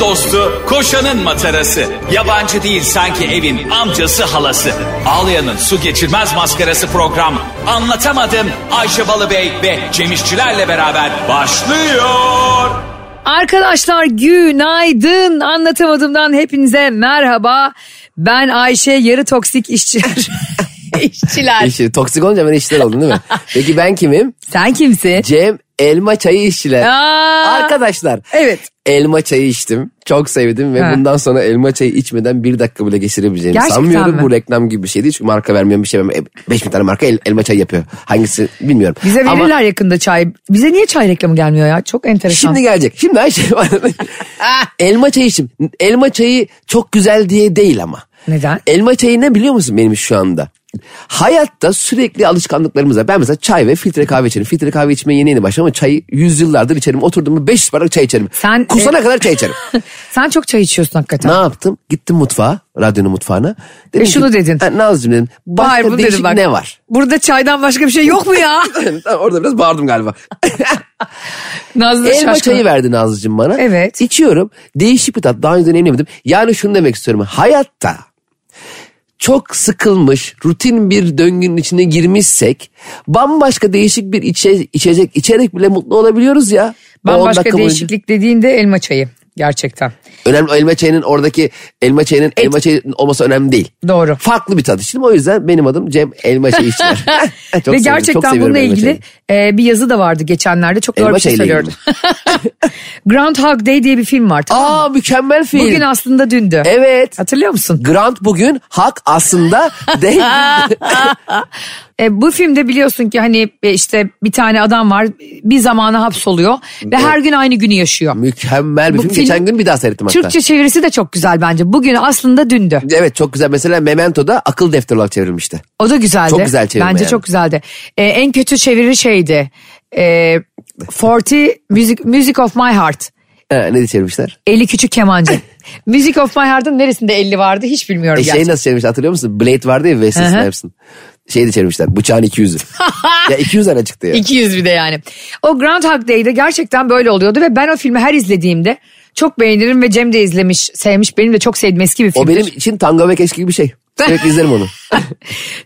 dostu, koşanın matarası. Yabancı değil sanki evin amcası halası. Ağlayanın su geçirmez maskarası program. Anlatamadım Ayşe Balıbey ve Cemişçilerle beraber başlıyor. Arkadaşlar günaydın. Anlatamadığımdan hepinize merhaba. Ben Ayşe yarı toksik işçiler. işçiler. İşçi, toksik olunca ben işçiler oldum değil mi? Peki ben kimim? Sen kimsin? Cem elma çayı işçiler. Aa, Arkadaşlar Evet. elma çayı içtim. Çok sevdim ve Ha. bundan sonra elma çayı içmeden bir dakika bile geçirebileceğimi Gerçekten sanmıyorum. mi? Bu reklam gibi bir şey değil. Çünkü marka vermeyen bir şey. 5 bin tane marka el- elma çayı yapıyor. Hangisi bilmiyorum. Bize Ama verirler yakında çay. Bize niye çay reklamı gelmiyor ya? Çok enteresan. Şimdi gelecek. Şimdi Ayşe elma çayı içtim. Elma çayı çok güzel diye değil ama. Neden? Elma çayı ne biliyor musun benim şu anda? Hayatta sürekli alışkanlıklarımız var. Ben mesela çay ve filtre kahve içerim. Filtre kahve içmeye yeni yeni başladım ama çayı yüzyıllardır içerim. Oturdum mu 500 bardak çay içerim. Sen- e- Kusana kadar çay içerim. Sen çok çay içiyorsun hakikaten. ne yaptım? Gittim mutfağa, radyonun mutfağına. Dedim E şunu dedin. "Ha, Nazlıcığım dedim. Başka Hayır, bunu dedim değişik bak. ne var? Burada çaydan başka bir şey yok mu ya? Orada biraz bağırdım galiba. Nazlı da Elma şaşkın. çayı verdi Nazlıcığım bana. Evet. İçiyorum. Değişik bir tat. Daha önce deneyimlemedim. Yani şunu demek istiyorum. Hayatta çok sıkılmış, rutin bir döngünün içine girmişsek bambaşka değişik bir içe- içecek içerek bile mutlu olabiliyoruz ya. O on Bambaşka dakika boyunca. değişiklik dediğinde elma çayı. Gerçekten. Önemli elma çayının oradaki elma çayının elma çayının olması önemli değil. Doğru. Farklı bir tat içtim. O yüzden benim adım Cem Elma Çayı İçler. Çok Ve seviyorum, çok gerçekten seviyorum bununla elma ilgili çayını. e, bir yazı da vardı geçenlerde. Çok doğru Elma bir şey çayıyla söylüyordu. Groundhog Day diye bir film var. Tamam. mı? Aa mükemmel film. Bugün aslında dündü. evet. Hatırlıyor musun? Grant bugün hak aslında değil. E, bu filmde biliyorsun ki hani e, işte bir tane adam var bir zamana hapsoluyor ve her gün aynı günü yaşıyor. Mükemmel bir Bu film. film- Geçen gün bir daha seyrettim hatta. Türkçe çevirisi de çok güzel bence. Bugün aslında dündü. Evet çok güzel. Mesela Memento'da akıl defteri olarak çevrilmişti. O da güzeldi. Çok güzel çevirme Bence yani. çok güzeldi. E, en kötü çeviri şeydi. E, Forty Music, Music of My Heart. Ee, ne diye çevirmişler? Eli küçük kemancı. Music of My Heart'ın neresinde elli vardı hiç bilmiyorum. E, şey gerçekten. nasıl çevirmişler hatırlıyor musun? Blade vardı ya Wesley Hı hı. Snipes'ın. Şey de çevirmişler. Bıçağın 200'ü. ya 200 tane çıktı ya. 200 bir de yani. O Groundhog Day'de gerçekten böyle oluyordu ve ben o filmi her izlediğimde çok beğenirim ve Cem de izlemiş, sevmiş. Benim de çok sevdiğim eski bir film. O benim için tango ve keşke gibi bir şey. Sürekli izlerim onu.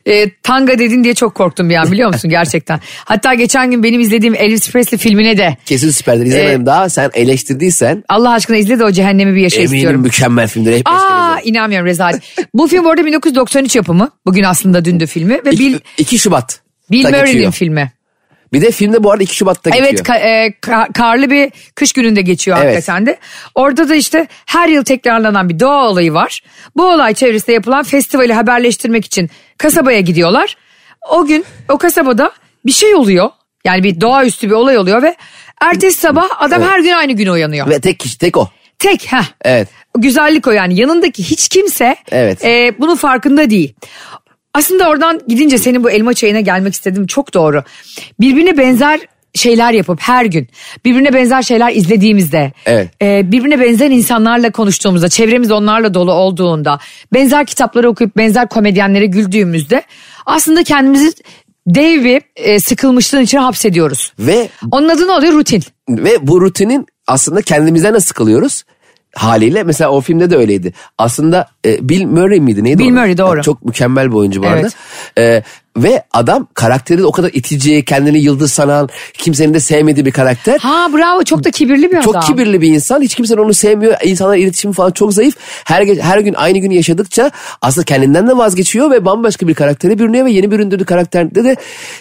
Ee, tanga dedin diye çok korktum bir an biliyor musun gerçekten. Hatta geçen gün benim izlediğim Elvis Presley filmine de Kesin süperdir. İzlemedim Ee, daha. Sen eleştirdiysen Allah aşkına izle de o cehennemi bir yaşa eminim istiyorum. mükemmel filmdir. Hep Aa inanmıyorum rezalet. bu film bu arada 1993 yapımı. Bugün aslında dündü filmi ve Bill, 2 Şubat. Bill Murray'nin geçiyor. filmi. Bir de filmde bu arada 2 Şubat'ta Evet geçiyor. ka- e, ka- karlı bir kış gününde geçiyor Evet. hakikaten de. Orada da işte her yıl tekrarlanan bir doğa olayı var. Bu olay çevresinde yapılan festivali haberleştirmek için kasabaya gidiyorlar. O gün o kasabada bir şey oluyor. Yani bir doğaüstü bir olay oluyor ve ertesi sabah adam her gün aynı gün uyanıyor. Ve tek kişi tek o. Tek ha. Evet. Güzellik o yani. Yanındaki hiç kimse Evet. e, bunun farkında değil. Aslında oradan gidince senin bu elma çayına gelmek istedim. Çok doğru. Birbirine benzer şeyler yapıp her gün birbirine benzer şeyler izlediğimizde Evet. e, birbirine benzer insanlarla konuştuğumuzda çevremiz onlarla dolu olduğunda benzer kitapları okuyup benzer komedyenlere güldüğümüzde aslında kendimizi dev bir e, sıkılmışlığın içine hapsediyoruz. Ve Onun adı ne oluyor? Rutin. Ve bu rutinin aslında kendimizden nasıl sıkılıyoruz? Haliyle mesela o filmde de öyleydi. Aslında e, Bill Murray miydi neydi? Bill o? Murray, doğru. Çok mükemmel bir oyuncu bu Evet. arada. E, ve adam karakteri de o kadar itici, kendini yıldız sanan, kimsenin de sevmediği bir karakter. Ha bravo çok da kibirli bir Çok adam. kibirli bir insan. Hiç kimse onu sevmiyor. İnsanlar iletişimi falan çok zayıf. Her, ge- her gün aynı günü yaşadıkça aslında kendinden de vazgeçiyor ve bambaşka bir karaktere bürünüyor ve yeni büründüğü karakterde de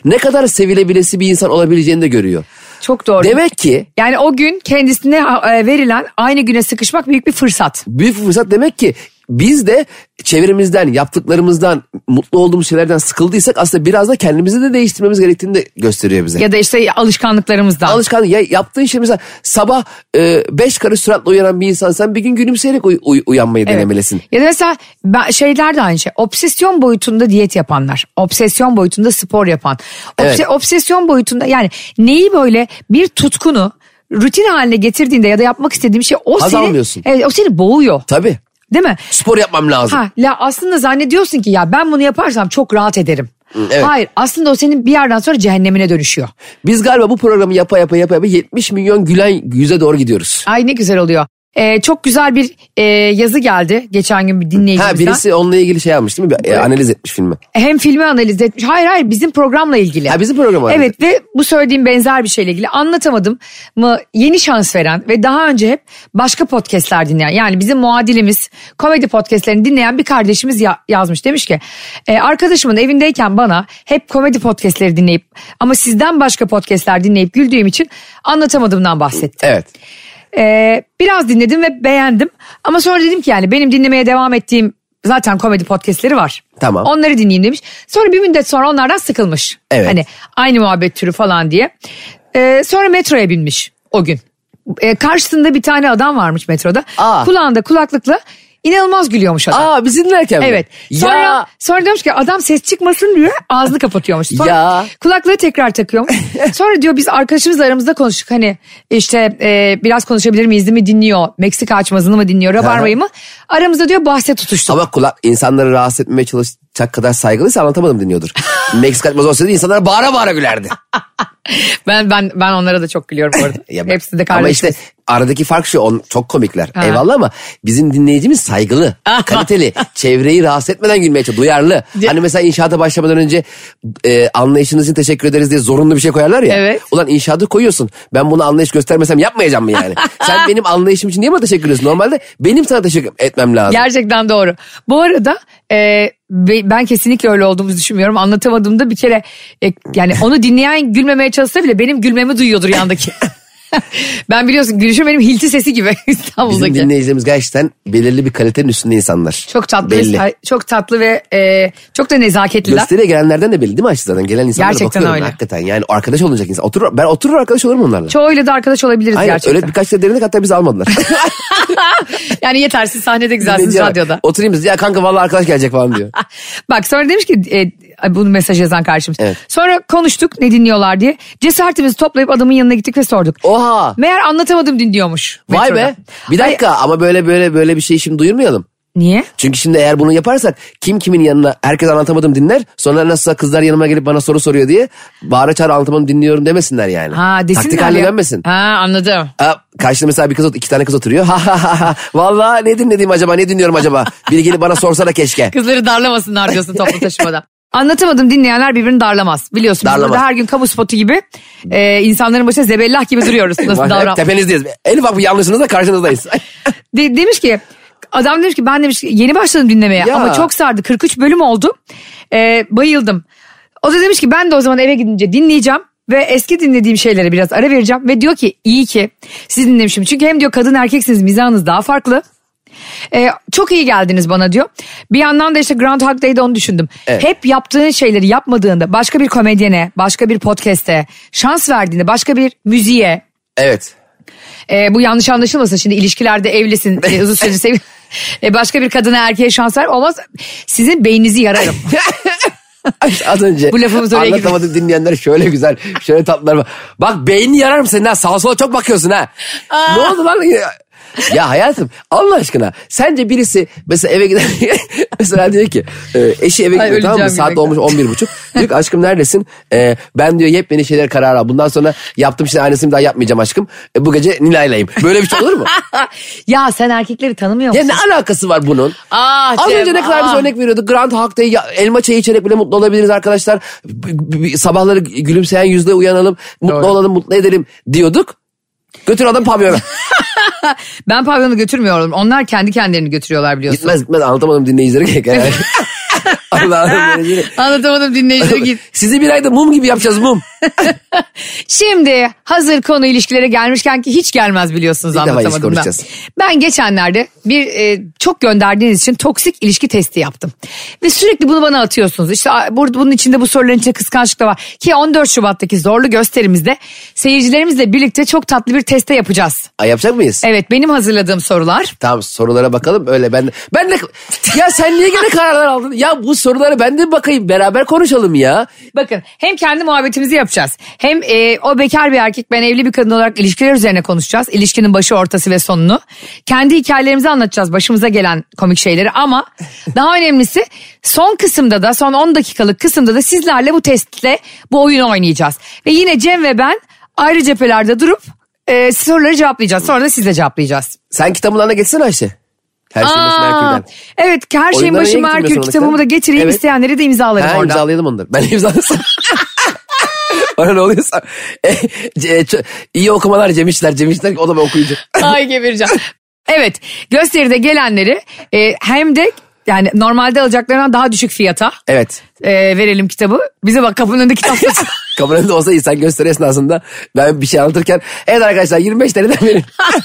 ne kadar sevilebilesi bir insan olabileceğini de görüyor. Çok doğru. Demek ki Yani o gün kendisine e, verilen aynı güne sıkışmak büyük bir fırsat. büyük bir fırsat demek ki biz de çevremizden, yaptıklarımızdan, mutlu olduğumuz şeylerden sıkıldıysak aslında biraz da kendimizi de değiştirmemiz gerektiğini de gösteriyor bize. Ya da işte alışkanlıklarımızdan. Alışkanlık ya yaptığın şey mesela sabah 5 karış suratla uyanan bir insan sen bir gün gülümseyerek uy- uy- uyanmayı Evet. denemelisin. Ya da mesela ben- şeyler de aynı şey. Obsesyon boyutunda diyet yapanlar. Obsesyon boyutunda spor yapan. Obse- Evet. Obsesyon boyutunda yani neyi böyle bir tutkunu rutin haline getirdiğinde ya da yapmak istediğim şey o Haz seni, almıyorsun. Evet, o seni boğuyor. Tabii Değil mi? spor yapmam lazım. Ha, la aslında zannediyorsun ki ya ben bunu yaparsam çok rahat ederim. evet. Hayır aslında o senin bir yerden sonra cehennemine dönüşüyor. Biz galiba bu programı yapa yapa yapa yapa 70 milyon gülen yüze doğru gidiyoruz. Ay ne güzel oluyor. Ee, çok güzel bir e, yazı geldi geçen gün bir dinleyicimizden. Ha birisi onunla ilgili şey almış değil mi? Bir, e, analiz etmiş filmi. Hem filmi analiz etmiş. Hayır hayır bizim programla ilgili. Ha bizim programı analiz Evet ve bu söylediğim benzer bir şeyle ilgili anlatamadım mı yeni şans veren ve daha önce hep başka podcastler dinleyen yani bizim muadilimiz komedi podcastlerini dinleyen bir kardeşimiz ya- yazmış demiş ki "E, arkadaşımın evindeyken bana hep komedi podcastleri dinleyip ama sizden başka podcastler dinleyip güldüğüm için anlatamadığımdan bahsetti. Evet. Ee, biraz dinledim ve beğendim. Ama sonra dedim ki yani benim dinlemeye devam ettiğim zaten komedi podcastleri var. Tamam. Onları dinleyeyim demiş. Sonra bir müddet sonra onlardan sıkılmış. Evet. Hani aynı muhabbet türü falan diye. Ee, sonra metroya binmiş o gün. Ee, karşısında bir tane adam varmış metroda. Aa. Kulağında kulaklıkla inanılmaz gülüyormuş adam. Aa biz dinlerken mi? Evet. Sonra, Ya sonra diyormuş ki adam ses çıkmasın diye ağzını kapatıyormuş. Sonra Ya. kulaklığı tekrar takıyormuş. sonra diyor biz arkadaşımızla aramızda konuştuk. Hani işte e, biraz konuşabilir miyiz mi dinliyor. Meksika açmazını mı dinliyor. Rabarbayı mı? Aramızda diyor bahse tutuştuk. ama kulak insanları rahatsız etmeye çalışacak kadar saygılıysa anlatamadım dinliyordur. Meksika açmaz olsaydı insanlar bağıra bağıra gülerdi. Ben ben ben onlara da çok gülüyorum bu arada. Ya ben- Hepsi de Ama kardeşim. işte aradaki fark şu on, çok komikler. Ha. Eyvallah ama bizim dinleyicimiz saygılı, kaliteli, çevreyi rahatsız etmeden gülmeye çalışıyor, duyarlı. Hani mesela inşaata başlamadan önce e, anlayışınız için teşekkür ederiz diye zorunlu bir şey koyarlar ya. Evet. Ulan inşaatı koyuyorsun. Ben bunu anlayış göstermesem yapmayacağım mı yani? Sen benim anlayışım için niye bana teşekkür ediyorsun? Normalde benim sana teşekkür etmem lazım. Gerçekten doğru. Bu arada e, be- ben kesinlikle öyle olduğumuzu düşünmüyorum. Anlatamadığımda bir kere e, yani onu dinleyen gülmemeye çalışsa bile benim gülmemi duyuyordur yandaki. ben biliyorsun gülüşüm benim hilti sesi gibi Bizim İstanbul'daki. dinleyicilerimiz gerçekten belirli bir kalitenin üstünde insanlar. Çok tatlı, Belli. ay, çok tatlı ve e, çok da nezaketliler. Gösteriye gelenlerden de belli değil mi Ayşe zaten? Gelen insanlara Gerçekten bakıyorum öyle. hakikaten. Yani arkadaş olacak insan. Oturur, ben oturur arkadaş olurum onlarla. Çoğuyla da arkadaş olabiliriz Aynen gerçekten. öyle birkaç da denedik hatta bizi almadılar. Yani yetersiz sahnede güzelsiniz Dinleyici var. radyoda. Oturayım biz ya kanka vallahi arkadaş gelecek falan diyor. Bak sonra demiş ki e, ay, bunu mesaj yazan kardeşimiz. Evet. Sonra konuştuk ne dinliyorlar diye. Cesaretimizi toplayıp adamın yanına gittik ve sorduk. Oha Meğer anlatamadım dinliyormuş. vay metroda. be bir dakika ama böyle böyle böyle bir şey şimdi duyurmayalım. Niye? Çünkü şimdi eğer bunu yaparsak kim kimin yanına herkes anlatamadım dinler. Sonra nasılsa kızlar yanıma gelip bana soru soruyor diye bağıra çağıra anlatamadım dinliyorum demesinler yani. Ha desinler Taktik ya. haline dönmesin. Ha anladım. Aa, Karşıda mesela bir kız ot- iki tane kız oturuyor. Ha ha ha ha. Valla ne dinlediğim acaba ne dinliyorum acaba? Biri gelip bana sorsa da keşke. Kızları darlamasınlar diyorsun toplu taşımada. Anlatamadım dinleyenler birbirini darlamaz. Biliyorsun biz Darlamaz. burada her gün kamu spotu gibi e, insanların başına zebellah gibi duruyoruz. Nasıl davran? Tepenizdeyiz. En ufak bir yanlışınızla karşınızdayız. De- demiş ki adam demiş ki ben demiş ki, yeni başladım dinlemeye Ya. ama çok sardı 43 bölüm oldu Ee, bayıldım. O da demiş ki ben de o zaman eve gidince dinleyeceğim ve eski dinlediğim şeylere biraz ara vereceğim ve diyor ki iyi ki siz dinlemişim çünkü hem diyor kadın erkeksiniz mizahınız daha farklı. Ee, çok iyi geldiniz bana diyor. Bir yandan da işte Groundhog Day'de onu düşündüm. Evet. Hep yaptığın şeyleri yapmadığında başka bir komedyene, başka bir podcast'e, şans verdiğinde başka bir müziğe, evet. ee, bu yanlış anlaşılmasın şimdi ilişkilerde evlisin e, uzun süredir sev- E, başka bir kadına erkeğe şans ver olmaz sizin beyninizi yararım. İşte Az önce Bu lafımız oraya gidiyor. anlatamadım dinleyenler şöyle güzel, şöyle tatlılar var. Bak beynini yararım senin ha sağa sola çok bakıyorsun ha. Ne oldu lan? Ya, ya hayatım Allah aşkına sence birisi mesela eve giden mesela diyor ki e, eşi eve Ay, gidiyor tamam mı öleceğim saat gülmekten. olmuş 11 buçuk. Diyor ki aşkım neredesin? E, ben diyor yepyeni şeyler karar al. Bundan sonra yaptığım şeyler aynısını bir daha yapmayacağım aşkım. E, bu gece Nilay'layım. Böyle bir şey olur mu? ya sen erkekleri tanımıyor musun? Ya ne alakası var bunun? Ah Az Cem, önce ne kadar biz ah. örnek veriyorduk. Grand Hawk Day, ya- elma çayı içerek bile mutlu olabiliriz arkadaşlar. B- b- b- Sabahları gülümseyen yüzle uyanalım, mutlu Doğru. olalım, mutlu edelim diyorduk. Götür adam pavyona. Ben pavyonu götürmüyorum onlar kendi kendilerini götürüyorlar biliyorsun. gitmez gitmez anlatamadım dinleyicilere gerek. Yani. Allah'ım. dinleyicileri. Anlatamadım dinleyicilere git. Sizi bir ayda mum gibi yapacağız mum. Şimdi hazır konu ilişkilere gelmişken ki hiç gelmez biliyorsunuz Bir defa ilişki anlatamadım ben. konuşacağız. Ben geçenlerde bir e, çok gönderdiğiniz için toksik ilişki testi yaptım. Ve sürekli bunu bana atıyorsunuz. İşte a, burada bunun içinde bu soruların içinde kıskançlık da var. Ki 14 Şubat'taki zorlu gösterimizde seyircilerimizle birlikte çok tatlı bir teste yapacağız. Ay yapacak mıyız? Evet benim hazırladığım sorular. Tamam sorulara bakalım öyle ben ben de ya sen niye gene kararlar aldın? Ya bu sorulara ben de bakayım beraber konuşalım ya. Bakın hem kendi muhabbetimizi yapacağız. Hem e, o bekar bir erkek ben evli bir kadın olarak ilişkiler üzerine konuşacağız. İlişkinin başı ortası ve sonunu. Kendi hikayelerimizi anlatacağız başımıza gelen komik şeyleri ama daha önemlisi son kısımda da son 10 dakikalık kısımda da sizlerle bu testle bu oyunu oynayacağız. Ve yine Cem ve ben ayrı cephelerde durup e, soruları cevaplayacağız. Sonra da sizle cevaplayacağız. Sen kitablarına geçsene Ayşe. Her şey şeyin başı Aa, Merkür'den. evet ki her şeyin Oyunlara başı niye Merkür getirmiyorsun kitabımı onu da getireyim Evet. isteyenleri de imzalarım Ha, orada. imzalayalım onları. Ben imzalasam. Bana ne oluyorsa. E, ce- ço- iyi okumalar Cemişler. Cemişler o da ben okuyunca. Ay gebereceğim. Evet gösteride gelenleri e, hem de yani normalde alacaklarından daha düşük fiyata Evet. e, verelim kitabı. Bize bak kapının önünde kitap satın. Kameranın da olsa insan gösteri esnasında ben bir şey anlatırken evet arkadaşlar 25 TL'den verin.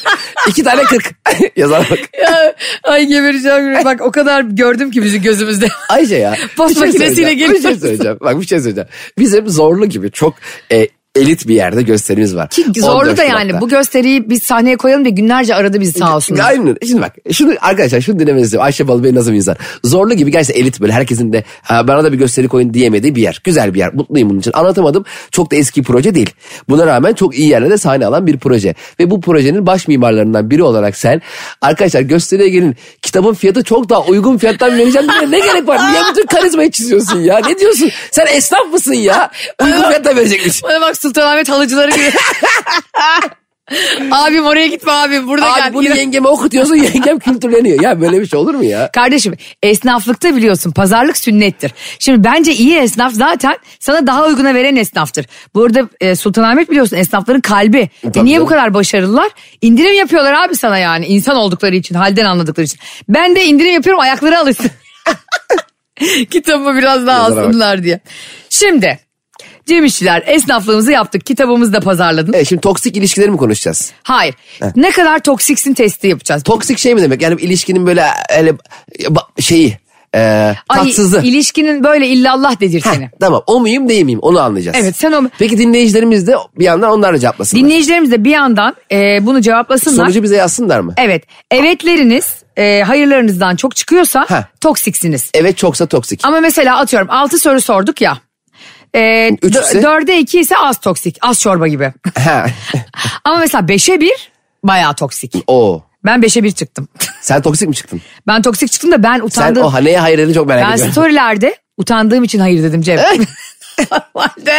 İki tane 40. Yazar bak. Ya, Ay gebereceğim. Bak o kadar gördüm ki bizi gözümüzde. Ayşe ya. Post bir şey makinesiyle söyleyeceğim, gelip- Bir şey söyleyeceğim. Bak bir şey söyleyeceğim. Bizim zorlu gibi çok e, elit bir yerde gösterimiz var. Ki zorlu 14 da yani Şubat'ta. bu gösteriyi biz sahneye koyalım diye günlerce aradı bizi sağ olsunlar. Aynen. Şimdi bak şunu arkadaşlar şunu dinlemeniz istiyorum. Ayşe Balıbey nasıl bir insan? Zorlu gibi gerçekten elit böyle herkesin de "Ha, bana da bir gösteri koyun diyemediği bir yer. Güzel bir yer. Mutluyum bunun için. Anlatamadım. Çok da eski proje değil. Buna rağmen çok iyi yerlerde sahne alan bir proje. Ve bu projenin baş mimarlarından biri olarak sen arkadaşlar gösteriye gelin. Kitabın fiyatı çok daha uygun fiyattan vereceğim diye ne gerek var? Niye bütün karizmayı çiziyorsun ya? Ne diyorsun? Sen esnaf mısın ya? Uygun fiyattan verecekmiş. Bana bak Sultanahmet halıcıları gibi. abim oraya gitme abim burada Abi gel. bunu yengeme okutuyorsun yengem kültürleniyor. Ya böyle bir şey olur mu ya? Kardeşim esnaflıkta biliyorsun pazarlık sünnettir. Şimdi bence iyi esnaf zaten sana daha uyguna veren esnaftır. Burada e, Sultanahmet biliyorsun esnafların kalbi. E, Tabii niye bu canım. kadar başarılılar? İndirim yapıyorlar abi sana yani insan oldukları için halden anladıkları için. Ben de indirim yapıyorum ayakları alışsın. Kitabımı biraz daha Yazara bak. alsınlar diye. Şimdi Cem İşçiler esnaflığımızı yaptık kitabımızı da pazarladın. E şimdi toksik ilişkileri mi konuşacağız? Hayır ne kadar toksiksin testi yapacağız. Toksik şey mi demek? Yani ilişkinin böyle öyle ba- şeyi e, Ay, tatsızı. İlişkinin böyle illallah dedir Heh, seni. tamam o muyum değil miyim onu anlayacağız. Evet, sen o- Peki dinleyicilerimiz de bir yandan onlar da cevaplasınlar. Dinleyicilerimiz de bir yandan e, bunu cevaplasınlar. Sonucu bize yazsınlar mı? Evet. Evetleriniz e, hayırlarınızdan çok çıkıyorsa Ha. toksiksiniz. Evet çoksa toksik. Ama mesela atıyorum 6 soru sorduk ya. E, Üç ise? 4'e 2 ise az toksik. Az çorba gibi. Ha. Ama mesela 5'e 1 bayağı toksik. Oo. Ben 5'e 1 çıktım. Sen toksik mi çıktın? ben toksik çıktım da ben Sen utandım. o ha, neye hayır dedin çok merak ben ediyorum. storylerde utandığım için hayır dedim Cem. Normalde.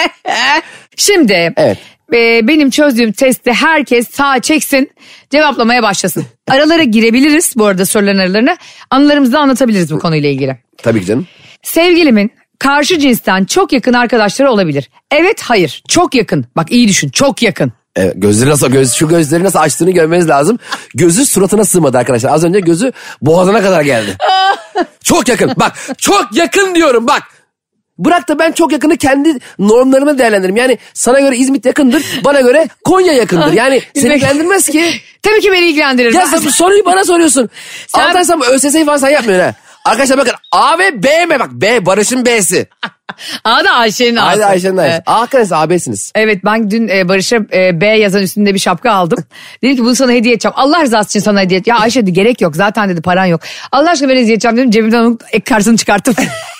Şimdi Evet. e, benim çözdüğüm testte herkes sağa çeksin cevaplamaya başlasın. Aralara girebiliriz bu arada soruların aralarına. Anılarımızı da anlatabiliriz bu konuyla ilgili. Tabii ki canım. Sevgilimin karşı cinsten çok yakın arkadaşları olabilir. Evet hayır çok yakın. Bak iyi düşün çok yakın. Evet, E, gözleri nasıl göz şu gözleri nasıl açtığını görmeniz lazım. Gözü suratına sığmadı arkadaşlar. Az önce gözü boğazına kadar geldi. çok yakın. Bak çok yakın diyorum bak. Bırak da ben çok yakını kendi normlarımı değerlendiririm. Yani sana göre İzmit yakındır, bana göre Konya yakındır. Yani seni ilgilendirmez ki. Tabii ki beni ilgilendirir. Ya sen bu soruyu bana soruyorsun. Sen- Sen... Anlatarsam ÖSS'yi falan sen yapmıyorsun ha. Arkadaşlar bakın A ve B mi? Bak B Barış'ın B'si. Aa da Ayşe'nin Haydi ağası. Ayşe'nin Ayşe. Evet. A Akdeniz AB'siniz. Evet ben dün e, Barış'a e, B yazan üstünde bir şapka aldım. Dedim ki bunu sana hediye edeceğim. Allah rızası için sana hediye edeceğim. Ya Ayşe dedi gerek yok zaten dedi paran yok. Allah aşkına ben hediye edeceğim dedim. Cebimden onun ek kartını çıkarttım.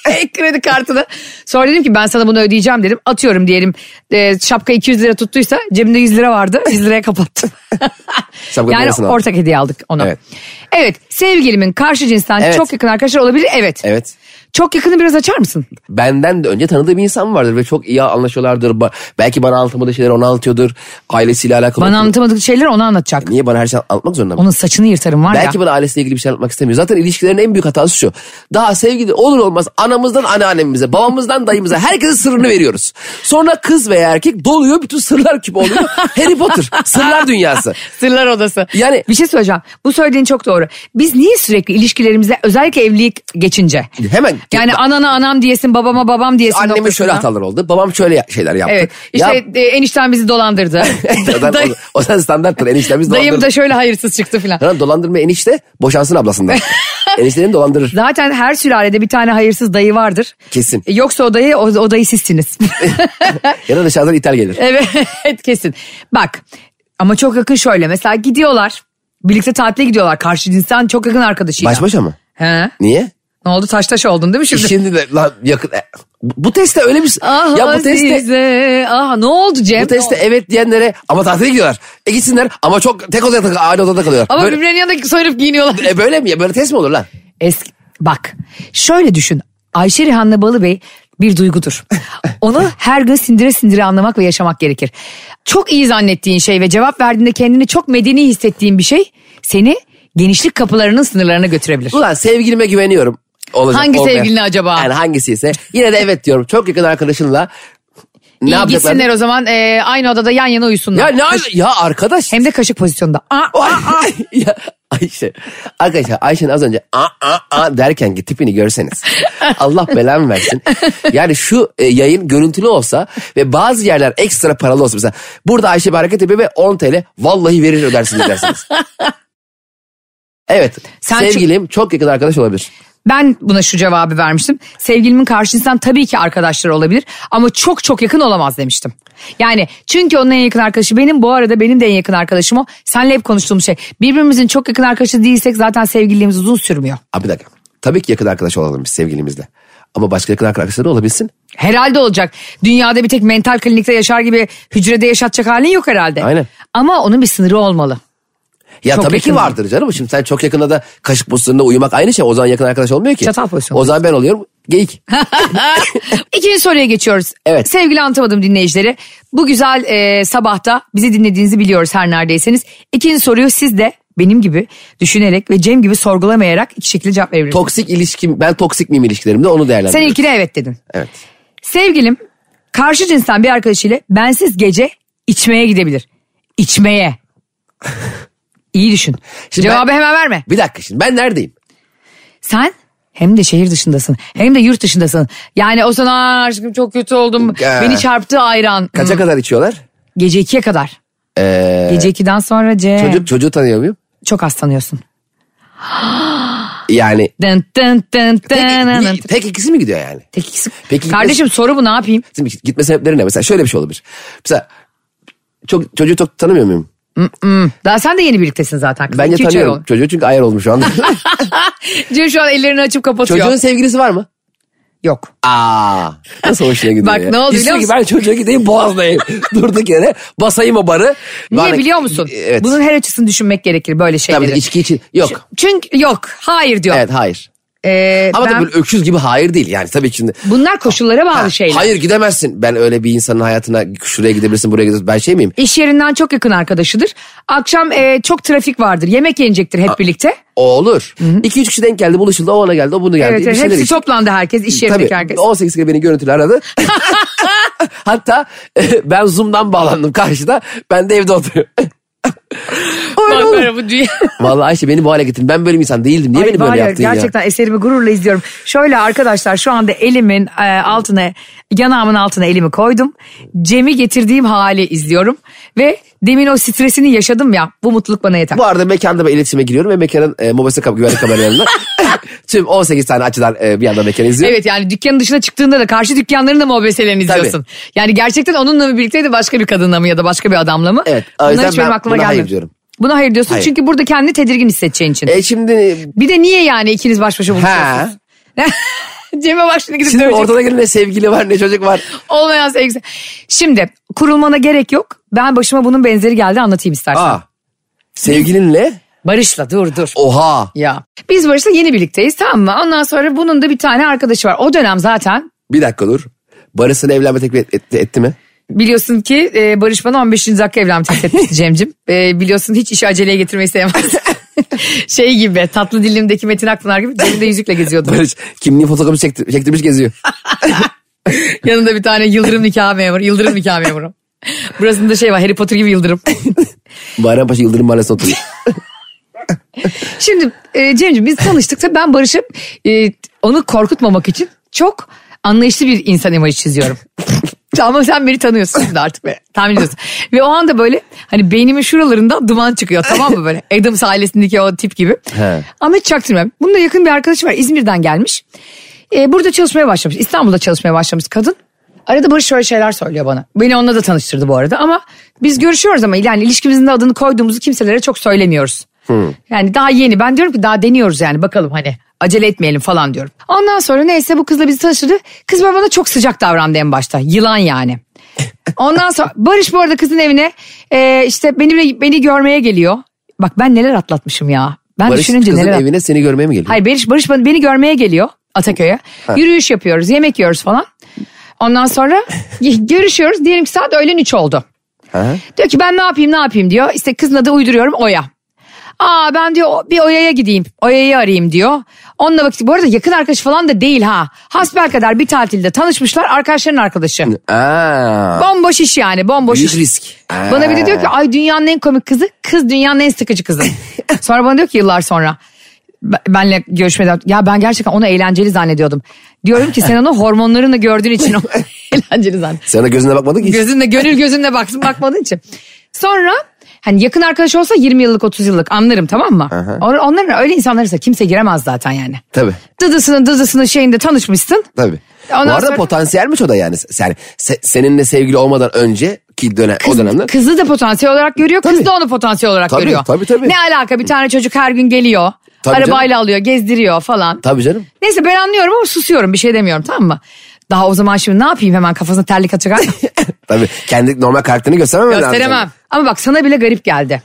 ek kredi kartını. Sonra dedim ki ben sana bunu ödeyeceğim dedim. Atıyorum diyelim e, şapka 200 lira tuttuysa cebimde 100 lira vardı. 100 liraya kapattım. Şapkanın yani parasını aldın. ortak hediye aldık ona. Evet. Evet. sevgilimin karşı cinsten Evet. çok yakın arkadaşlar olabilir. Evet. Evet. Çok yakını biraz açar mısın? benden de önce tanıdığı bir insan vardır ve çok iyi anlaşıyorlardır. Ba- belki bana anlatamadığı şeyler ona anlatıyordur. Ailesiyle alakalı. Bana anlatamadık şeyleri ona anlatacak. Niye bana her şeyi anlatmak zorunda mı? Onun saçını yırtarım var ya. Belki bana ailesiyle ilgili bir şey anlatmak istemiyor. Zaten ilişkilerin en büyük hatası şu. Daha sevgili olur olmaz anamızdan anneannemize, babamızdan dayımıza herkese sırrını veriyoruz. Sonra kız veya erkek doluyor bütün sırlar küpü oluyor. Harry Potter sırlar dünyası. Sırlar odası. Yani- bir şey söyleyeceğim. Bu söylediğin çok doğru. Biz niye sürekli ilişkilerimize özellikle evlilik geçince? Hemen Yani annana anam diyesin, babama babam diyesin. annemin noktasında. şöyle hatalar oldu. Babam şöyle şeyler yaptı. Evet. İşte Ya, e, enişten bizi dolandırdı. o, Day- o zaman standarttır eniştemiz Dayım dolandırır. da şöyle hayırsız çıktı filan. Lan dolandırma enişte boşansın ablasından. Eniştenin dolandırır. Zaten her sülalede bir tane hayırsız dayı vardır. Kesin. E, Yoksa o dayı, o, o dayı sizsiniz. Ya da dışarıdan ithal gelir. Evet kesin. Bak ama çok yakın şöyle mesela gidiyorlar. Birlikte tatile gidiyorlar. Karşı cinsten çok yakın arkadaşıyla. Baş başa mı? He. Niye? Ne oldu taş taş oldun değil mi şimdi? Şimdi de lan yakın. e, Bu bu testte öyle bir... Ah ya bu Azize, testte... ah ne oldu Cem? Bu testte evet diyenlere ama tatile gidiyorlar. E gitsinler ama çok tek odaya tak- aile odada kalıyorlar. Ama böyle, birbirlerinin yanında soyunup giyiniyorlar. e, böyle mi ya? Böyle test mi olur lan? Eski, bak şöyle düşün. Ayşe Rihanna Balıbey bir duygudur. Onu her gün sindire sindire anlamak ve yaşamak gerekir. Çok iyi zannettiğin şey ve cevap verdiğinde kendini çok medeni hissettiğin bir şey seni genişlik kapılarının sınırlarına götürebilir. Ulan sevgilime güveniyorum. Olacak, Hangi olmayan. sevgilini acaba? Yani hangisi ise. Yine de evet diyorum. Çok yakın arkadaşınla. Ne iyi yapacaklar? gitsinler o zaman e, aynı odada yan yana uyusunlar. Ya ne ya arkadaş. Hem de kaşık pozisyonda. Aa, ya Ayşe. Arkadaşlar Ayşe'nin az önce a a a derken ki tipini görseniz. Allah belamı versin. Yani şu e, yayın görüntülü olsa ve bazı yerler ekstra paralı olsa mesela burada Ayşe bir hareket yapıyor ve 10 TL vallahi verir ödersiniz dersiniz. Evet. Sen sevgilim çok yakın arkadaş olabilir. Ben buna şu cevabı vermiştim. Sevgilimin karşı insan tabii ki arkadaşları olabilir ama çok çok yakın olamaz demiştim. Yani çünkü onun en yakın arkadaşı benim bu arada benim de en yakın arkadaşım o. Senle hep konuştuğum şey birbirimizin çok yakın arkadaşı değilsek zaten sevgililiğimiz uzun sürmüyor. Abi bir dakika. Tabii ki yakın arkadaş olalım biz sevgilimizle. Ama başka yakın arkadaşları da olabilsin. Herhalde olacak. Dünyada bir tek mental klinikte yaşar gibi hücrede yaşatacak halin yok herhalde. Aynen. Ama onun bir sınırı olmalı. Ya Çok tabii ki yakın. vardır canım. Şimdi sen çok yakında da kaşık pozisyonunda uyumak aynı şey. O zaman yakın arkadaş olmuyor ki. Çatal pozisyonu. O zaman ben oluyorum geyik. İkinci soruya geçiyoruz. Evet. Sevgili anlatamadım dinleyicileri. Bu güzel e, sabahta bizi dinlediğinizi biliyoruz her neredeyseniz. İkinci soruyu siz de benim gibi düşünerek ve Cem gibi sorgulamayarak iki şekilde cevap verebilirsiniz. toksik ilişkim ben toksik miyim ilişkilerimde onu Sen değerlendiriyorum. ilkine evet dedin. Evet. Sevgilim karşı cinsten bir arkadaşıyla bensiz gece içmeye gidebilir. İçmeye. İyi düşün. Şimdi Cevabı ben- hemen verme. Bir dakika şimdi ben neredeyim? Sen hem de şehir dışındasın hem de yurt dışındasın. Yani o sana "Aa, aşkım çok kötü oldum Ya. beni çarptı ayran. Kaça kadar içiyorlar? Gece 2'ye kadar. Gece 2'den sonra C. Ee, Çocuk çocuğu tanıyor muyum? Çok az tanıyorsun. Yani Dın dın dın tek, dın dın. bir- tek ikisi mi gidiyor yani? Tek ikisi- Peki- Kardeşim soru bu ne yapayım? Şimdi gitme sebepleri ne? Mesela şöyle bir şey olabilir. Mesela çok çocuğu çok tanımıyor muyum? Daha sen de yeni birliktesin zaten. kızım. Bence İki, üç ay tanıyorum oldu. çocuğu çünkü ayar olmuş şu anda. Cem şu an ellerini açıp kapatıyor. Çocuğun sevgilisi var mı? Yok. Aa, nasıl hoşuna gidiyor Bak ya? ne oldu İstiyor biliyor musun? ki ben çocuğa gideyim boğazlayayım. Durduk yere basayım o barı. Niye Bana- biliyor musun? Evet. Bunun her açısını düşünmek gerekir böyle şeyleri. Şey- Tabii de içki için yok. Çünkü yok. Hayır diyor. Evet hayır. Ee, Ama ben- tabii böyle öküz gibi hayır değil yani tabii ki şimdi. Bunlar koşullara bağlı Ha, şeyler. Hayır gidemezsin. Ben öyle bir insanın hayatına şuraya gidebilirsin buraya gidebilirsin. Ben şey miyim? İş yerinden çok yakın arkadaşıdır. Akşam e, çok trafik vardır. Yemek yenecektir hep birlikte. O olur. 2-3 kişi denk geldi buluşuldu o ona geldi o bunu geldi. Evet, bir evet. şeyler hepsi içti. toplandı herkes. iş yerindeki Tabii, herkes. 18 kere beni görüntülü aradı. Hatta e, ben Zoom'dan bağlandım karşıda. Ben de evde oturuyorum. Öyle olur. bu dünya. Vallahi Ayşe beni bu hale getirdin. Ben böyle bir insan değildim. Niye Ay beni var böyle ya, yaptın ya? gerçekten eserimi gururla izliyorum. Şöyle arkadaşlar şu anda elimin e, altına yanağımın altına elimi koydum. Cem'i getirdiğim hali izliyorum. Ve demin o stresini yaşadım ya bu mutluluk bana yeter. Bu arada mekanda ben iletişime giriyorum ve mekanın e, mobese kap güvenlik kameralarından tüm 18 tane açıdan e, bir yandan mekanı izliyorum. Evet yani dükkanın dışına çıktığında da karşı dükkanların da mobeselerini Tabii. izliyorsun. Yani gerçekten onunla mı birlikteydi başka bir kadınla mı ya da başka bir adamla mı? Evet, o Bunlar yüzden hiç benim ben aklıma buna hayır gelmedi. diyorum. Buna hayır diyorsun Hayır. çünkü burada kendini tedirgin hissedeceğin için. E şimdi bir de niye yani ikiniz baş başa buluşuyorsunuz? ha Cem'e bak şimdi gidip Şimdi dövecek. ortada gene ne sevgili var ne çocuk var. Olmayan sevgisi. Şimdi kurulmana gerek yok. Ben başıma bunun benzeri geldi anlatayım istersen. Aa. Sevgilinle? Barış'la dur dur. Oha. Ya. Biz Barış'la yeni birlikteyiz tamam mı? Ondan sonra bunun da bir tane arkadaşı var. O dönem zaten Bir dakika dur. Barış'ın evlenme teklif et- etti, etti mi? biliyorsun ki e, Barış bana 15. dakika evlenme teklif etmişti Cem'cim. E, biliyorsun hiç işi aceleye getirmeyi sevmez. şey gibi tatlı dilimdeki Metin Akpınar gibi cebimde yüzükle geziyordum. Barış kimliğin fotoğrafını çekti, çektirmiş geziyor. Yanında bir tane Yıldırım nikah memuru. Yıldırım nikah memuru. Burasında şey var Harry Potter gibi Yıldırım. Bayrampaşa Yıldırım Mahallesi'ne oturuyor. Şimdi e, Cemciğim biz tanıştık tabii ben Barış'ı e, onu korkutmamak için çok anlayışlı bir insan imajı çiziyorum. Ama sen beni tanıyorsun şimdi artık be. Tahmin ediyorsun. Ve o anda böyle hani beynimin şuralarında duman çıkıyor tamam mı böyle? Adams ailesindeki o tip gibi. He. Ama hiç çaktırmıyorum. Bununla yakın bir arkadaşı var İzmir'den gelmiş. E, burada çalışmaya başlamış. İstanbul'da çalışmaya başlamış kadın. Arada Barış şöyle şeyler söylüyor bana. Beni onunla da tanıştırdı bu arada ama biz görüşüyoruz ama yani ilişkimizin de adını koyduğumuzu kimselere çok söylemiyoruz. Hmm. Yani daha yeni ben diyorum ki daha deniyoruz yani bakalım hani acele etmeyelim falan diyorum. Ondan sonra neyse bu kızla bizi tanıştırdı. Kız bana çok sıcak davrandı en başta yılan yani. Ondan sonra Barış bu arada kızın evine e, işte benimle beni görmeye geliyor. Bak ben neler atlatmışım ya. Ben Barış düşününce kızın neler atlatmışım. evine seni görmeye mi geliyor? Hayır Barış, Barış bana- beni görmeye geliyor Ataköy'e. Yürüyüş yapıyoruz, yemek yiyoruz falan. Ondan sonra görüşüyoruz. Diyelim ki saat öğlen 3 oldu. Ha? Diyor ki ben ne yapayım ne yapayım diyor. İşte kızın adı uyduruyorum Oya. Aa ben diyor bir Oya'ya gideyim. Oya'yı arayayım diyor. Onunla vakit. Bu arada yakın arkadaş falan da değil ha. Hasbelkader bir tatilde tanışmışlar arkadaşların arkadaşı. Aa, Bomboş iş yani bomboş büyük iş. risk. Bana bir de diyor ki ay dünyanın en komik kızı kız dünyanın en sıkıcı kızı. sonra bana diyor ki yıllar sonra ben- benle görüşmeden ya ben gerçekten onu eğlenceli zannediyordum. Diyorum ki sen onu hormonlarını gördüğün için onu eğlenceli zannediyorsun. Sen de gözüne bakmadın ki. hiç. Gözünle gönül gözünle baksın bakmadığın için. Sonra hani yakın arkadaş olsa 20 yıllık 30 yıllık anlarım tamam mı? On- Onların öyle insanlarsa kimse giremez zaten yani. Tabii. Dıdısının dıdısının şeyinde tanışmışsın. Tabii. Ondan Bu arada sonra- potansiyelmiş o da yani. Yani se- seninle sevgili olmadan önce ki dönem, o dönemde. Kızı da potansiyel olarak görüyor, kız Tabii. da onu potansiyel olarak Tabii, görüyor. tabii, tabii. Ne alaka bir tane çocuk her gün geliyor, Tabii arabayla alıyor, gezdiriyor falan. Tabii canım. Neyse ben anlıyorum ama susuyorum bir şey demiyorum tamam mı? Daha o zaman şimdi ne yapayım hemen kafasına terlik atacak. Tabii kendi normal karakterini gösteremem. lazım. Gösteremem. Ama bak sana bile garip geldi.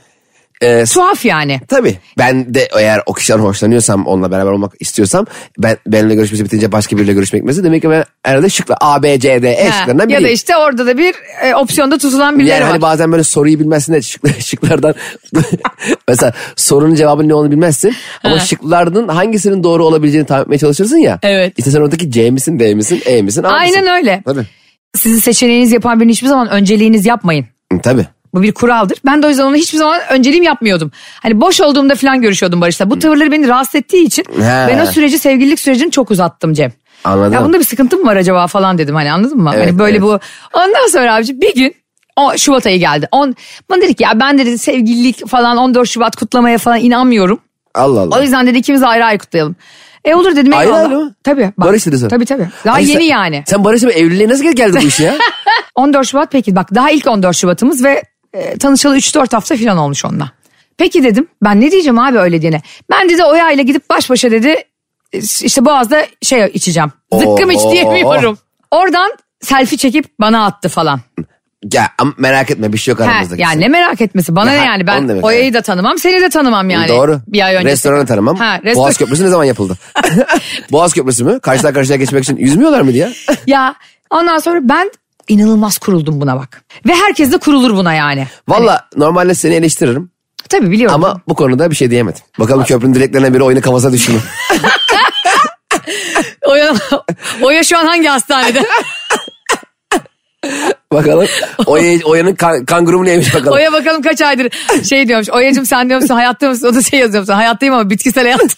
Ee, Tuhaf yani. Tabii. Ben de eğer o kişiden hoşlanıyorsam, onunla beraber olmak istiyorsam, ben benimle görüşmesi bitince başka biriyle görüşmek mesela demek ki ben herhalde şıkla A, B, C, D, E Ha, şıklarından ya da biriyim. işte orada da bir e, opsiyonda tutulan birileri yani var. hani bazen böyle soruyu bilmezsin de şıkla- şıklardan mesela sorunun cevabının ne olduğunu bilmezsin ama şıklardan hangisinin doğru olabileceğini tahmin etmeye çalışırsın ya. Evet. İşte sen oradaki C misin, D misin, E misin, A Aynen misin? öyle. Tabii. Sizin seçeneğiniz yapan birini hiçbir zaman önceliğiniz yapmayın. Hı, Tabii. Bu bir kuraldır. Ben de o yüzden onu hiçbir zaman önceliğim yapmıyordum. Hani boş olduğumda falan görüşüyordum Barış'la. Bu tavırları beni rahatsız ettiği için He. ben o süreci sevgililik sürecini çok uzattım Cem. Anladım. Ya bunda bir sıkıntım var acaba falan dedim hani anladın mı? Evet, hani böyle evet. bu. Ondan sonra abici bir gün o Şubat ayı geldi. On, bana dedi ki ya ben dedi sevgililik falan 14 Şubat kutlamaya falan inanmıyorum. Allah Allah. O yüzden dedi ikimiz ayrı ayrı kutlayalım. E olur dedim Ayrı eyvallah. ayrı mı? Tabii. bak. Barış dedi sana. Tabii tabii. Daha Hayır, yeni Hani sen- yani. Sen Barış'la bir evliliğe nasıl geldi bu iş ya? 14 Şubat peki bak daha ilk 14 Şubat'ımız ve e, tanışalı 3-4 hafta falan olmuş onunla. Peki dedim ben ne diyeceğim abi öyle diyene. Ben dedi Oya ile gidip baş başa dedi e, işte Boğaz'da şey içeceğim. Zıkkım iç Oo. diyemiyorum. Oradan selfie çekip bana attı falan. ya ama merak etme bir şey yok He, aramızda. yani ne merak etmesi bana Ya, ne yani onu ben demek Oya'yı yani. da tanımam seni de tanımam yani. Doğru. Bir ay önce. Restoranı tanımam. Ha, restor- Boğaz Köprüsü ne zaman yapıldı? Boğaz Köprüsü mü? Karşıdan karşıya geçmek için yüzmüyorlar mıydı ya? ya ondan sonra ben inanılmaz kuruldum buna bak. Ve herkes de kurulur buna yani. Valla normalde seni eleştiririm Tabii biliyorum. ama bu konuda bir şey diyemedim. Bakalım köprünün direklerinden biri oyunu kafasına düştü mü? Oya, Oya şu an hangi hastanede? bakalım Oya, Oya'nın kan, kangurumu neymiş bakalım. Oya bakalım kaç aydır şey diyormuş. Oya'cığım sen diyor musun hayatta mısın? O da şey yazıyor musun? Hayattayım ama bitkisel hayat.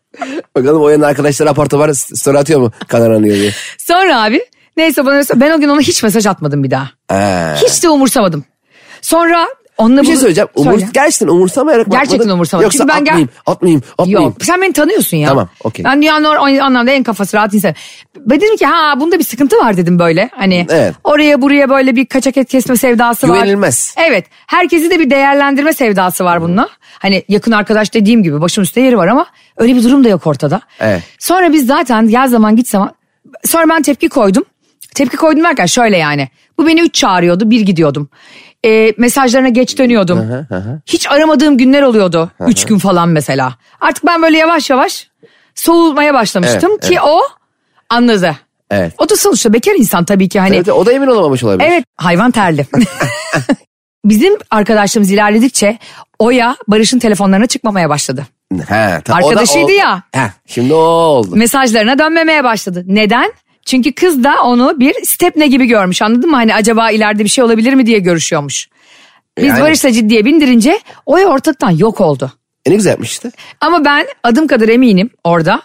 Bakalım Oya'nın arkadaşları aparta var story atıyor mu kanar anıyor diye. Sonra abi neyse bana ben o gün ona hiç mesaj atmadım bir daha. Ha. Hiç de umursamadım. Sonra onunla Bir şey bunu- söyleyeceğim. Umur, Söyle. gerçekten umursamayarak bakmadım. Gerçekten umursamadım. Yoksa Çünkü ben gel- atmayayım, atmayayım, atmayayım. Yok sen beni tanıyorsun ya. Tamam, okey. Ben dünyanın o o anlamda en kafası rahat insan. Ben dedim ki ha bunda bir sıkıntı var dedim böyle. Hani Evet. oraya buraya böyle bir kaçak et kesme sevdası var. Güvenilmez. Evet herkesi de bir değerlendirme sevdası var bununla. Hani yakın arkadaş dediğim gibi başım üstte yeri var ama öyle bir durum da yok ortada. Evet. Sonra biz zaten gel zaman git zaman. Sonra ben tepki koydum. Tepki koydum derken şöyle yani. Bu beni üç çağırıyordu bir gidiyordum. Ee, mesajlarına geç dönüyordum. Hiç aramadığım günler oluyordu. Üç gün falan mesela. Artık ben böyle yavaş yavaş soğumaya başlamıştım Evet, ki o anladı. Evet. O da sonuçta bekar insan tabii ki hani. Evet, o da emin olamamış olabilir. Evet hayvan terli. Bizim arkadaşlığımız ilerledikçe Oya Barış'ın telefonlarına çıkmamaya başladı. Ha, ta- o da Arkadaşıydı oldu. ya. Ha, şimdi o oldu. Mesajlarına dönmemeye başladı. Neden? Çünkü kız da onu bir stepne gibi görmüş anladın mı? Hani acaba ileride bir şey olabilir mi diye görüşüyormuş. Biz Yani- Barış'la ciddiye bindirince Oya ortalıktan yok oldu. E ne güzel yapmış işte. Ama ben adım kadar eminim orada.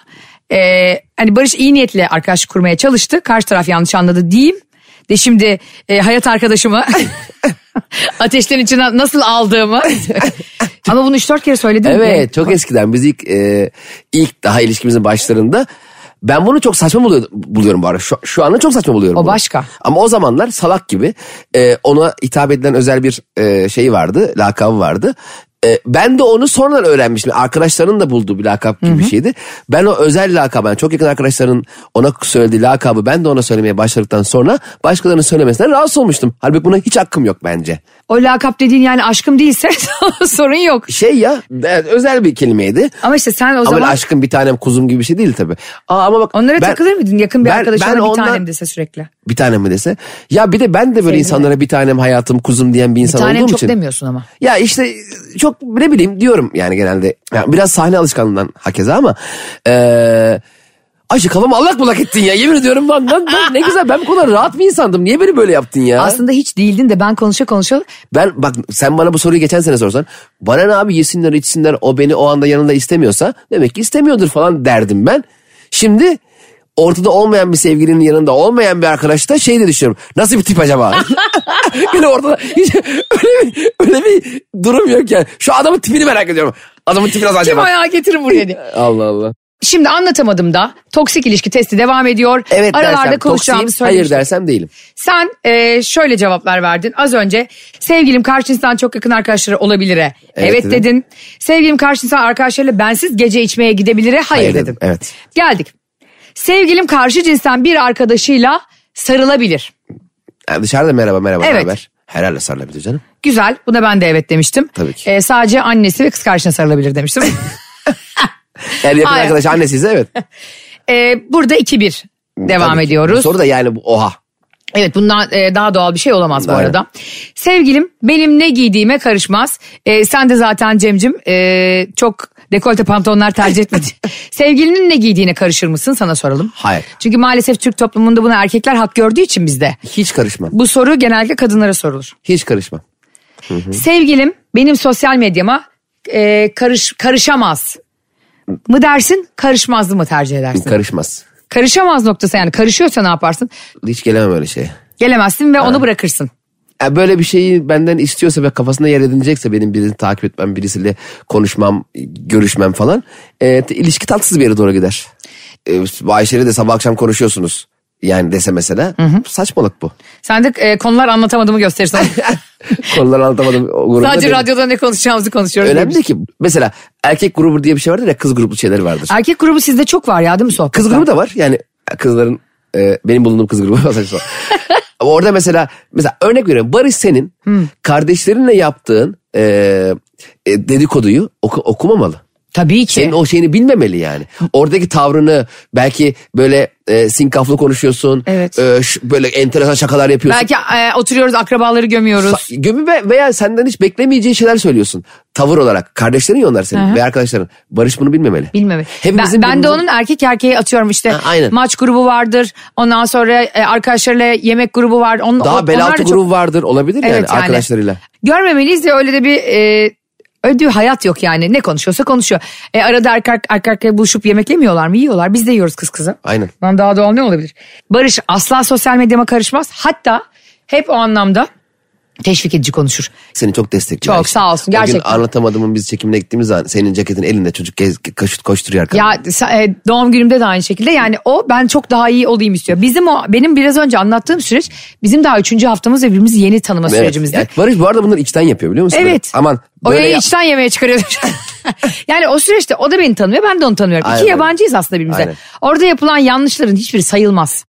Ee, hani Barış iyi niyetle arkadaşlık kurmaya çalıştı. Karşı taraf yanlış anladı diyeyim. De şimdi e, hayat arkadaşımı ateşten içine nasıl aldığımı. Ama bunu 3-4 kere söyledim. Evet çok eskiden biz ilk, e, ilk daha ilişkimizin başlarında ben bunu çok saçma buluyor- buluyorum bu arada. Şu, şu anda çok saçma buluyorum. O bunu. başka. Ama o zamanlar salak gibi e, ona hitap edilen özel bir e, şey vardı, lakabı vardı. E, ben de onu sonradan öğrenmiştim. Arkadaşlarının da bulduğu bir lakap gibi bir şeydi. Ben o özel lakabı, yani çok yakın arkadaşların ona söylediği lakabı ben de ona söylemeye başladıktan sonra başkalarının söylemesinden rahatsız olmuştum. Halbuki buna hiç hakkım yok bence. O lakap dediğin yani aşkım değilse sorun yok. Şey ya evet, özel bir kelimeydi. Ama işte sen o Ama zaman böyle aşkım bir tanem kuzum gibi bir şey değil tabii. Aa, ama bak, onlara ben- takılır mıydın? Yakın bir ben- arkadaşına ben bir ondan- tanem dese sürekli. Bir tanem mi dese. Ya bir de ben de böyle Sevgili. insanlara bir tanem hayatım kuzum diyen bir Bir insan tanem olduğum çok için. demiyorsun ama. Ya işte çok ne bileyim diyorum yani genelde. Ya biraz sahne alışkanlığından hakeza ama. eee Ayşe kafamı allak bullak ettin ya yemin ediyorum lan, lan, lan ne güzel ben bu kadar rahat bir insandım niye beni böyle yaptın ya? Aslında hiç değildin de ben konuşa konuşa Ben bak sen bana bu soruyu geçen sene sorsan bana ne abi yesinler içsinler o beni o anda yanında istemiyorsa demek ki istemiyordur falan derdim ben. Şimdi ortada olmayan bir sevgilinin yanında olmayan bir arkadaşta şey de düşünüyorum. Nasıl bir tip acaba? Böyle ortada hiç öyle bir, öyle bir durum yok yani. Şu adamın tipini merak ediyorum. Adamın tipi nasıl kim acaba? ayağa getirin buraya diye. Allah Allah. Şimdi anlatamadım da toksik ilişki testi devam ediyor. Evet Aralarda dersem konuşacağımı toksiyim, hayır söylemiştim. dersem değilim. Sen e, şöyle cevaplar verdin. Az önce sevgilim karşı insan çok yakın arkadaşları olabilire. Evet, Evet dedim. dedin. Sevgilim karşı insan arkadaşlarıyla bensiz gece içmeye gidebilire. Hayır, Hayır dedim. dedim, evet. Geldik. Sevgilim karşı cinsten bir arkadaşıyla sarılabilir. Yani dışarıda merhaba merhaba Evet. evet. haber. Herhalde sarılabilir canım. Güzel. Buna ben de evet demiştim. Tabii ki. E, sadece annesi ve kız kardeşine sarılabilir demiştim. Yani yakın Hayır. arkadaş annesiyse evet. E, burada 2-1 devam Tabii ki. ediyoruz. Bu soru da yani bu- oha. Evet bundan e, daha doğal bir şey olamaz bu Aynen. arada. Sevgilim benim ne giydiğime karışmaz. E, sen de zaten Cemcim e, çok dekolte pantolonlar tercih etmedi. Sevgilinin ne giydiğine karışır mısın sana soralım. Hayır. Çünkü maalesef Türk toplumunda buna erkekler hak gördüğü için bizde. Hiç karışmam. Bu soru genellikle kadınlara sorulur. Hiç karışmam. Sevgilim benim sosyal medyama e, karış karışamaz mı dersin karışmaz mı tercih edersin? Karışmaz. karışamaz noktası yani karışıyorsa ne yaparsın? Hiç gelemem öyle şeye. Gelemezsin ve onu bırakırsın. Ya böyle bir şeyi benden istiyorsa ve kafasında yer edinecekse benim birini takip etmem, birisiyle konuşmam, görüşmem falan. e, t- ilişki tatsız bir yere doğru gider. E, Ayşe'yle de sabah akşam konuşuyorsunuz. Yani dese mesela saçmalık bu. Sen de e, konular anlatamadığımı gösterirsin. Konuları anlatamadım. O grubunda Sadece benim- radyoda ne konuşacağımızı konuşuyoruz. Önemli demiş. değil ki. Mesela erkek grubu diye bir şey vardır ya kız gruplu şeyler vardır. Erkek grubu sizde çok var ya değil mi sohbet? Kız grubu da var. Yani kızların e, benim bulunduğum kız grubu saçma. Ama orada mesela mesela örnek veriyorum Barış senin Hmm. kardeşlerinle yaptığın e, e, dedikoduyu oku- okumamalı. Tabii ki. Senin o şeyini bilmemeli yani. Oradaki tavrını belki böyle e, sinkaflı konuşuyorsun. Evet. e, ş- böyle enteresan şakalar yapıyorsun. Belki e, oturuyoruz akrabaları gömüyoruz. Sa- Gömü ve- veya senden hiç beklemeyeceği şeyler söylüyorsun. Tavır olarak. Kardeşlerin ya onlar senin ve arkadaşların. Barış bunu bilmemeli. Bilmem. Ben, Hepimizin ben de birbirimize- onun erkek erkeğe atıyorum işte. Ha, aynen. Maç grubu vardır. Ondan sonra e, arkadaşlarla yemek grubu var. Onun, Daha on- bel onlar altı da çok- grubu vardır olabilir Evet yani, yani. arkadaşlarıyla. Görmemeliyiz ya öyle de bir e, öyle bir hayat yok yani. Ne konuşuyorsa konuşuyor. E, arada erkek erkek erkeğe buluşup yemek yemiyorlar mı? Yiyorlar. Biz de yiyoruz kız kıza. Aynen. Lan daha doğal ne olabilir? Barış asla sosyal medyama karışmaz. Hatta hep o anlamda teşvik edici konuşur. Seni çok destekliyor. Çok, Ayşe. sağ olsun, O gün gerçekten. anlatamadığımın biz çekimine gittiğimiz zaman senin ceketin elinde çocuk gez, koş- koşturuyor arkada. Ya e, doğum günümde de aynı şekilde yani o ben çok daha iyi olayım istiyor. Bizim o benim biraz önce anlattığım süreç bizim daha üçüncü haftamız ve birbirimizi yeni tanıma Evet. sürecimizdi. Ya Barış bu arada bunları içten yapıyor biliyor musun? Evet. Böyle, aman böyle Oraya yap- içten yemeğe çıkarıyordu. yani o süreçte o da beni tanıyor ben de onu tanıyorum. Aynen. İki yabancıyız aslında birbirimize. Aynen. Orada yapılan yanlışların hiçbiri sayılmaz.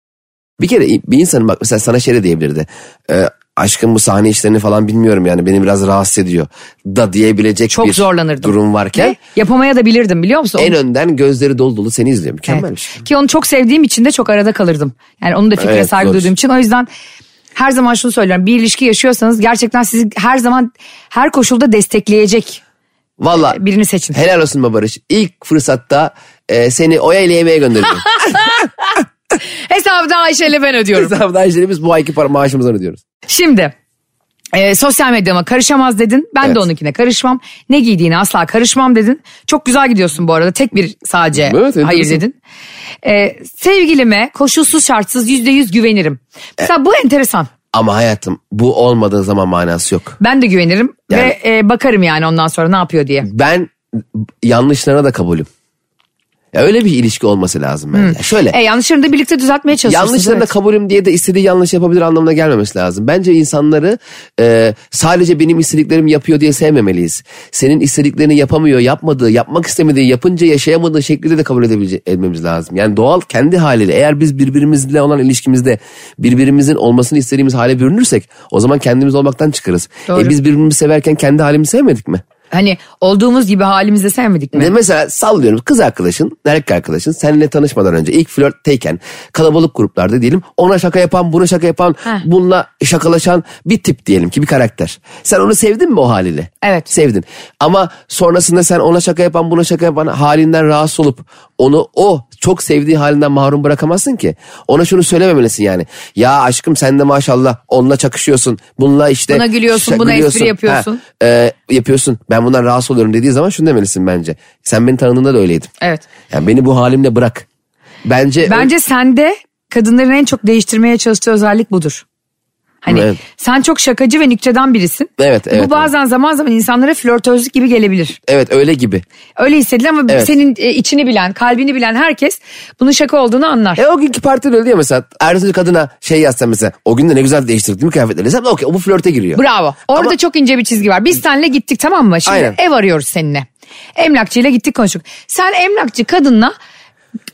Bir kere bir insanın bak mesela sana şey de diyebilirdi. Ee, aşkım bu sahne işlerini falan bilmiyorum yani beni biraz rahatsız ediyor. Da diyebilecek Çok bir zorlanırdım. durum varken. Ve yapamaya da bilirdim biliyor musun? En Onu- önden gözleri dolu dolu seni izliyor. Evet. Mükemmel bir şey. Ki onu çok sevdiğim için de çok arada kalırdım. Yani onun da fikre Evet, saygı zor duyduğum iş. için. O yüzden her zaman şunu söylüyorum. Bir ilişki yaşıyorsanız gerçekten sizi her zaman her koşulda destekleyecek Valla birini seçin. helal olsun be Barış. İlk fırsatta e, seni Oya ile yemeğe göndereceğim. Hesabı da Ayşe ile ben ödüyorum. Hesabı biz bu ayki para maaşımızdan ödüyoruz. Şimdi e, sosyal medyama karışamaz dedin. Ben Evet. de onunkine karışmam. Ne giydiğine asla karışmam dedin. Çok güzel gidiyorsun bu arada. Tek bir sadece enteresan. hayır dedin. E, sevgilime koşulsuz şartsız yüzde yüz güvenirim. E- Mesela bu enteresan. Ama hayatım bu olmadığı zaman manası yok. Ben de güvenirim Yani- ve e, bakarım yani ondan sonra ne yapıyor diye. Ben yanlışlarına da kabulüm. Ya öyle bir ilişki olması lazım bence. Şöyle E, yanlışlarını da birlikte düzeltmeye çalışıyorsunuz. Yanlışlarını evet. da kabulüm diye de istediği yanlış yapabilir anlamına gelmemesi lazım. Bence insanları e, sadece benim istediklerim yapıyor diye sevmemeliyiz. Senin istediklerini yapamıyor, yapmadığı, yapmak istemediği, yapınca yaşayamadığı şekilde de kabul edebilece- etmemiz lazım. Yani doğal kendi haliyle eğer biz birbirimizle olan ilişkimizde birbirimizin olmasını istediğimiz hale bürünürsek o zaman kendimiz olmaktan çıkarız. Doğru. E biz birbirimizi severken kendi halimizi sevmedik mi? Hani olduğumuz gibi halimizi sevmedik mi? Ne mesela sallıyorum kız arkadaşın, erkek arkadaşın seninle tanışmadan önce ilk flörtteyken kalabalık gruplarda diyelim ona şaka yapan, buna şaka yapan, Heh. bununla şakalaşan bir tip diyelim ki bir karakter. Sen onu sevdin mi o haliyle? Evet. Sevdin. Ama sonrasında sen ona şaka yapan, buna şaka yapan halinden rahatsız olup onu o çok sevdiği halinden mahrum bırakamazsın ki. Ona şunu söylememelisin yani. Ya aşkım sen de maşallah onunla çakışıyorsun. Bununla işte Buna gülüyorsun, şa- buna espri gülüyorsun. Ha, yapıyorsun. e, yapıyorsun. Ben bundan rahatsız oluyorum dediği zaman şunu demelisin bence. Sen beni tanıdığında da öyleydin. Evet. Yani beni bu halimle bırak. Bence Bence sende kadınların en çok değiştirmeye çalıştığı özellik budur. Hani Evet. sen çok şakacı ve nüktedan birisin. Evet, evet, Bu bazen zaman zaman insanlara flörtözlük gibi gelebilir. evet öyle gibi. Öyle hissedilir ama Evet. senin e, içini bilen, kalbini bilen herkes bunun şaka olduğunu anlar. E o günkü partide öyle ya mesela. Ertesi kadına şey yazsan mesela. O gün de ne güzel değiştirdim değil mi kıyafetleri? Sen okey bu flörte giriyor. Bravo. Orada Ama- çok ince bir çizgi var. Biz seninle gittik tamam mı? Şimdi Aynen. ev arıyoruz seninle. Emlakçıyla gittik konuştuk. Sen emlakçı kadınla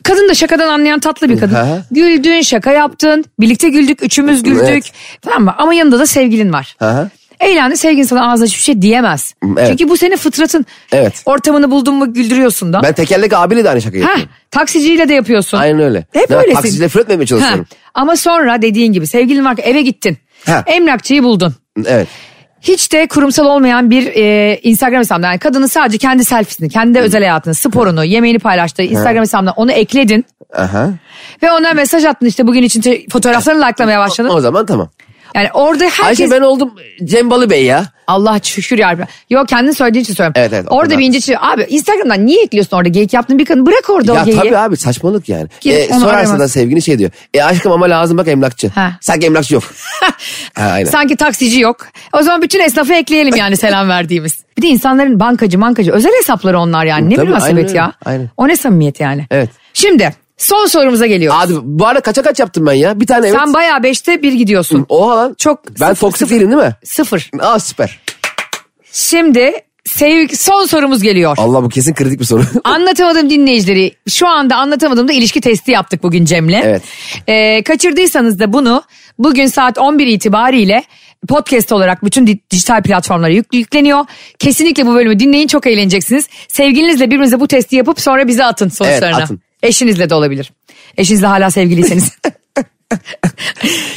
Kadın da şakadan anlayan tatlı bir kadın. Aha. Güldün, şaka yaptın. Birlikte güldük, üçümüz güldük. Evet. Tamam mı? Ama yanında da sevgilin var. Aha. Eğlendi, sevgilin sana ağzına hiçbir şey diyemez. evet. Çünkü bu senin fıtratın. Evet. Ortamını buldun mu güldürüyorsun da. Ben tekerlek abiyle de aynı şaka Heh, yapıyorum. taksiciyle de yapıyorsun. Aynen öyle. Hep Ben öylesin. Taksiciyle flört etmemeye çalışıyorum. Ha, Ama sonra dediğin gibi sevgilin var eve gittin. Ha. Emlakçıyı buldun. Evet. Hiç de kurumsal olmayan bir e, Instagram hesabından yani kadının sadece kendi selfiesini, kendi özel hayatını, sporunu, yemeğini paylaştığı Instagram hesabından onu ekledin Aha. ve ona mesaj attın işte bugün için te- fotoğraflarını like'lamaya başladın. O zaman tamam. Yani orada herkes Ayşe ben oldum Cem Balı Bey ya. Allah şükür yarabbim. Yok kendin söylediğin için söylüyorum. Evet, evet, o orada kadar. bir ince çiziyor. Abi Instagram'dan niye ekliyorsun orada geyik yaptın bir kadın bırak orada o Ya geyiği. tabii abi saçmalık yani. Gidip E, onu sorarsa aramaz. da sevgini şey diyor. E aşkım ama lazım bak emlakçı. Ha. Sanki emlakçı yok. ha, aynen. Sanki taksici yok. O zaman bütün esnafı ekleyelim yani selam verdiğimiz. Bir de insanların bankacı mankacı özel hesapları onlar yani. Ne Tabii, aynen münasebet öyle, ya. aynen. O ne samimiyet yani. Evet. Şimdi son sorumuza geliyoruz. Abi bu arada kaça kaç yaptım ben ya? Bir tane evet. Sen bayağı beşte bir gidiyorsun. Oha lan. Çok Ben sıfır, toksik sıfır. değilim değil mi? Sıfır. Aa süper. Şimdi sev- son sorumuz geliyor. Allah bu kesin kritik bir soru. Anlatamadım dinleyicileri. Şu anda anlatamadım da ilişki testi yaptık bugün Cem'le. Evet. Ee, kaçırdıysanız da bunu bugün saat 11 itibariyle podcast olarak bütün di- dijital platformlara yük- yükleniyor. Kesinlikle bu bölümü dinleyin çok eğleneceksiniz. Sevgilinizle birbirinize bu testi yapıp sonra bize atın sonuçlarını. atın. Eşinizle de olabilir. Eşinizle hala sevgiliyseniz.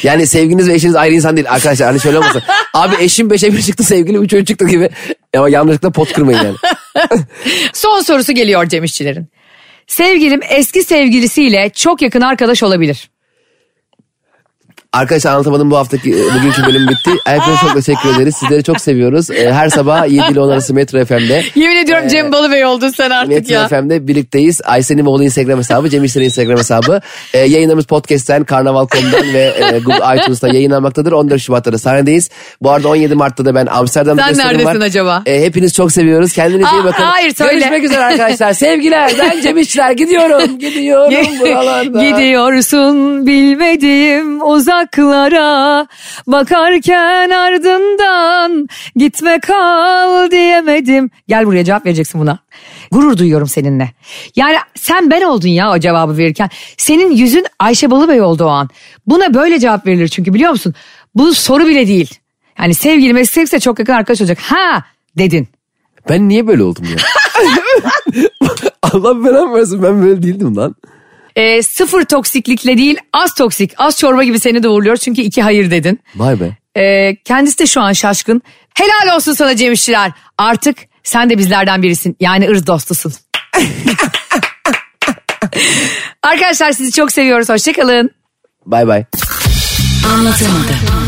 yani sevginiz ve eşiniz ayrı insan değil arkadaşlar. Hani şöyle olmasın. Abi eşim beşe bir çıktı sevgilim üçe çıktı gibi. Ama yanlışlıkla pot kırmayın yani. Son sorusu geliyor Cem İşçilerin. Sevgilim eski sevgilisiyle çok yakın arkadaş olabilir. Arkadaşlar anlatamadım bu haftaki e, bugünkü bölüm bitti. Herkese çok teşekkür ederiz. Sizleri çok seviyoruz. Ee, Her sabah 7 ile 10 arası Metro FM'de. Yemin Ee, ediyorum Cem Balıbey oldun sen artık Metro ya. FM'de birlikteyiz. Aysen'in oğlu Instagram hesabı, Cem İşler'in Instagram hesabı. Ee, yayınlarımız podcast'ten, Karnaval.com'dan ve e, Google iTunes'ta yayınlanmaktadır. 14 Şubat'ta da sahnedeyiz. Bu arada 17 Mart'ta da ben Amsterdam'da Sen gösterim neredesin var. acaba? E, hepiniz çok seviyoruz. Kendinize iyi Aa, bakın. hayır, söyle. Görüşmek üzere arkadaşlar. Sevgiler. Ben Cem İşler. Gidiyorum. Gidiyorum buralarda. Gidiyorsun bilmediğim uzaklara Bakarken ardından gitme kal diyemedim Gel buraya cevap vereceksin buna Gurur duyuyorum seninle Yani sen ben oldun ya o cevabı verirken Senin yüzün Ayşe Balıbey oldu o an Buna böyle cevap verilir çünkü biliyor musun Bu soru bile değil Yani sevgilim eskisi çok yakın arkadaş olacak Ha dedin Ben niye böyle oldum ya? Allah belamı versin ben böyle değildim lan. Ee, sıfır toksiklikle değil az toksik az çorba gibi seni de uğurluyor çünkü iki hayır dedin. Vay be. Ee, kendisi de şu an şaşkın. Helal olsun sana Cem İşçiler. Artık sen de bizlerden birisin. Yani ırz dostusun. Arkadaşlar sizi çok seviyoruz. Hoşçakalın. Bay bay. Anlatamadım.